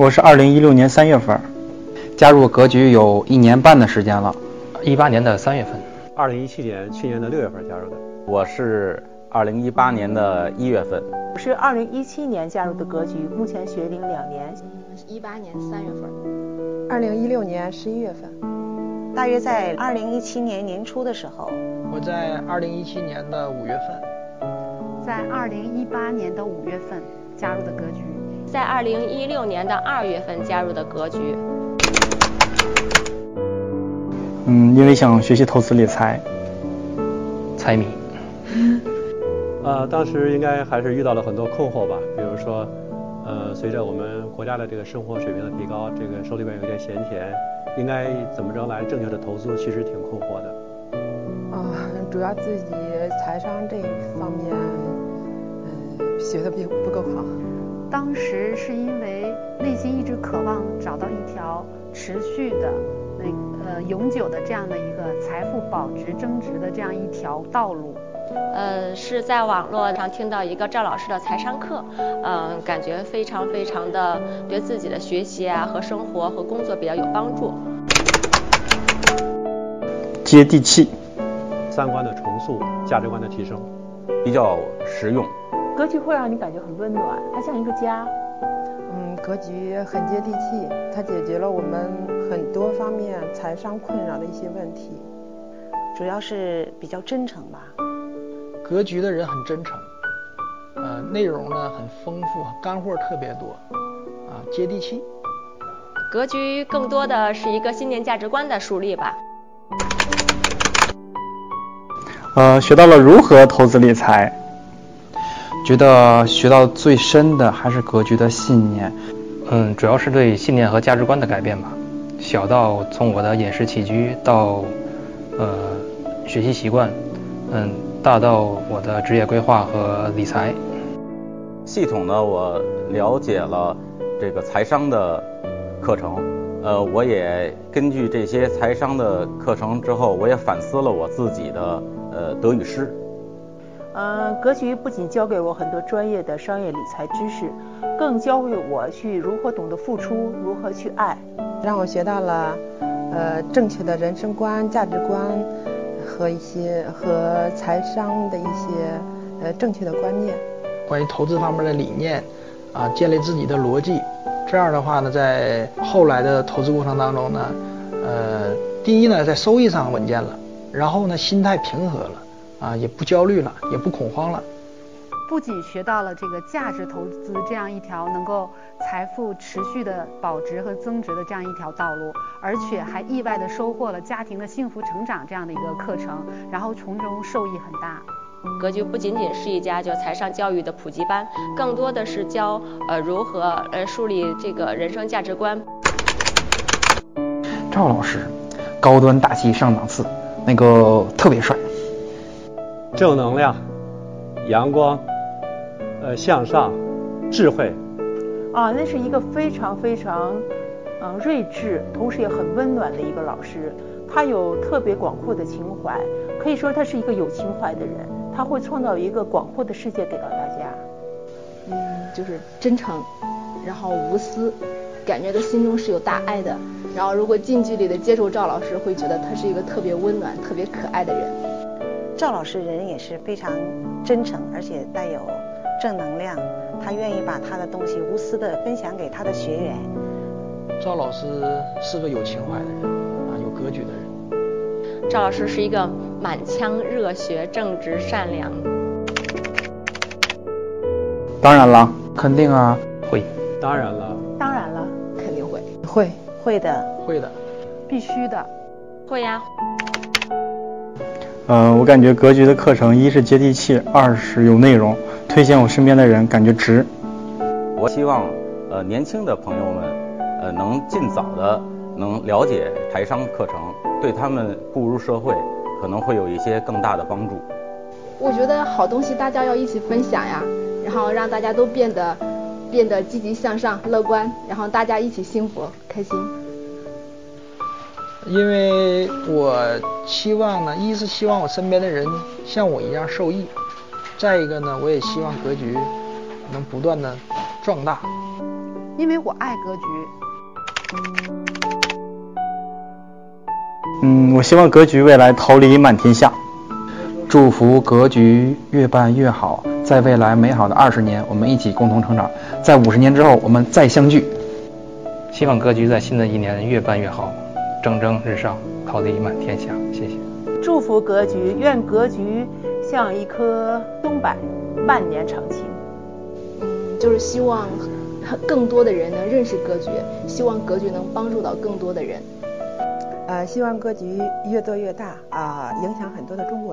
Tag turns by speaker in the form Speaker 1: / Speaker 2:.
Speaker 1: 我是二零一六年三月份加入格局有一年半的时间了，
Speaker 2: 一八年的三月份，
Speaker 3: 二零一七年去年的六月份加入的。
Speaker 4: 我是二零一八年的一月份，
Speaker 5: 我是二零一七年加入的格局，目前学龄两年，
Speaker 6: 一八年三月份，
Speaker 7: 二零一六年十一月份，
Speaker 8: 大约在二零一七年年初的时候，
Speaker 9: 我在二零一七年的五月份，
Speaker 10: 在二零一八年的五月份加入的格局，
Speaker 11: 在二零一六年的二月份加入的格局。
Speaker 1: 嗯，因为想学习投资理财，
Speaker 2: 财迷。
Speaker 3: 呃，当时应该还是遇到了很多困惑吧，比如说，呃，随着我们国家的这个生活水平的提高，这个手里边有点闲钱，应该怎么着来正确的投资，其实挺困惑的。
Speaker 7: 啊、呃，主要自己财商这一方面，嗯、呃，学的并不够好。
Speaker 10: 当时是因为内心一直渴望找到一条持续的、那呃永久的这样的一个财富保值增值的这样一条道路。
Speaker 11: 呃，是在网络上听到一个赵老师的财商课，嗯、呃，感觉非常非常的对自己的学习啊和生活和工作比较有帮助，
Speaker 1: 接地气，
Speaker 3: 三观的重塑，价值观的提升，
Speaker 4: 比较实用。
Speaker 5: 格局会让你感觉很温暖，它像一个家。
Speaker 7: 嗯，格局很接地气，它解决了我们很多方面财商困扰的一些问题，
Speaker 8: 主要是比较真诚吧。
Speaker 9: 格局的人很真诚，呃，内容呢很丰富，干货特别多，啊，接地气。
Speaker 11: 格局更多的是一个信念价值观的树立吧。
Speaker 1: 呃，学到了如何投资理财，
Speaker 2: 觉得学到最深的还是格局的信念，嗯，主要是对信念和价值观的改变吧。小到从我的饮食起居到呃学习习惯，嗯。大到我的职业规划和理财
Speaker 4: 系统呢，我了解了这个财商的课程，呃，我也根据这些财商的课程之后，我也反思了我自己的呃得与失。
Speaker 5: 呃，格局不仅教给我很多专业的商业理财知识，更教会我去如何懂得付出，如何去爱，
Speaker 7: 让我学到了呃正确的人生观、价值观。和一些和财商的一些呃正确的观念，
Speaker 9: 关于投资方面的理念啊，建立自己的逻辑，这样的话呢，在后来的投资过程当中呢，呃，第一呢，在收益上稳健了，然后呢，心态平和了啊，也不焦虑了，也不恐慌了。
Speaker 10: 不仅学到了这个价值投资这样一条能够财富持续的保值和增值的这样一条道路，而且还意外的收获了家庭的幸福成长这样的一个课程，然后从中受益很大。
Speaker 11: 格局不仅仅是一家就财商教育的普及班，更多的是教呃如何呃树立这个人生价值观。
Speaker 2: 赵老师，高端大气上档次，那个特别帅，
Speaker 3: 正能量，阳光。呃，向上，智慧，
Speaker 5: 啊，那是一个非常非常，嗯、呃，睿智，同时也很温暖的一个老师。他有特别广阔的情怀，可以说他是一个有情怀的人。他会创造一个广阔的世界给到大家。
Speaker 6: 嗯，就是真诚，然后无私，感觉他心中是有大爱的。然后如果近距离的接触赵老师，会觉得他是一个特别温暖、特别可爱的人。
Speaker 8: 赵老师人也是非常真诚，而且带有。正能量，他愿意把他的东西无私的分享给他的学员。
Speaker 9: 赵老师是个有情怀的人啊，有格局的人。
Speaker 11: 赵老师是一个满腔热血、正直、善良。
Speaker 1: 当然了，
Speaker 2: 肯定啊，会。
Speaker 3: 当然了，
Speaker 5: 当然了，
Speaker 6: 肯定会。
Speaker 7: 会，
Speaker 8: 会的，
Speaker 9: 会的，
Speaker 10: 必须的，
Speaker 11: 会呀、
Speaker 1: 啊。呃，我感觉格局的课程，一是接地气，二是有内容。推荐我身边的人，感觉值。
Speaker 4: 我希望，呃，年轻的朋友们，呃，能尽早的能了解财商课程，对他们步入社会可能会有一些更大的帮助。
Speaker 6: 我觉得好东西大家要一起分享呀，然后让大家都变得变得积极向上、乐观，然后大家一起幸福开心。
Speaker 9: 因为我希望呢，一是希望我身边的人像我一样受益。再一个呢，我也希望格局能不断的壮大。
Speaker 10: 因为我爱格局。
Speaker 12: 嗯，我希望格局未来桃李满天下。
Speaker 1: 祝福格局越办越好，在未来美好的二十年，我们一起共同成长，在五十年之后，我们再相聚。
Speaker 13: 希望格局在新的一年越办越好，蒸蒸日上，桃李满天下。谢谢。
Speaker 5: 祝福格局，愿格局像一棵冬柏，万年长青。
Speaker 11: 嗯，就是希望更多的人能认识格局，希望格局能帮助到更多的人。
Speaker 7: 呃，希望格局越做越大啊、影响很多的中国人。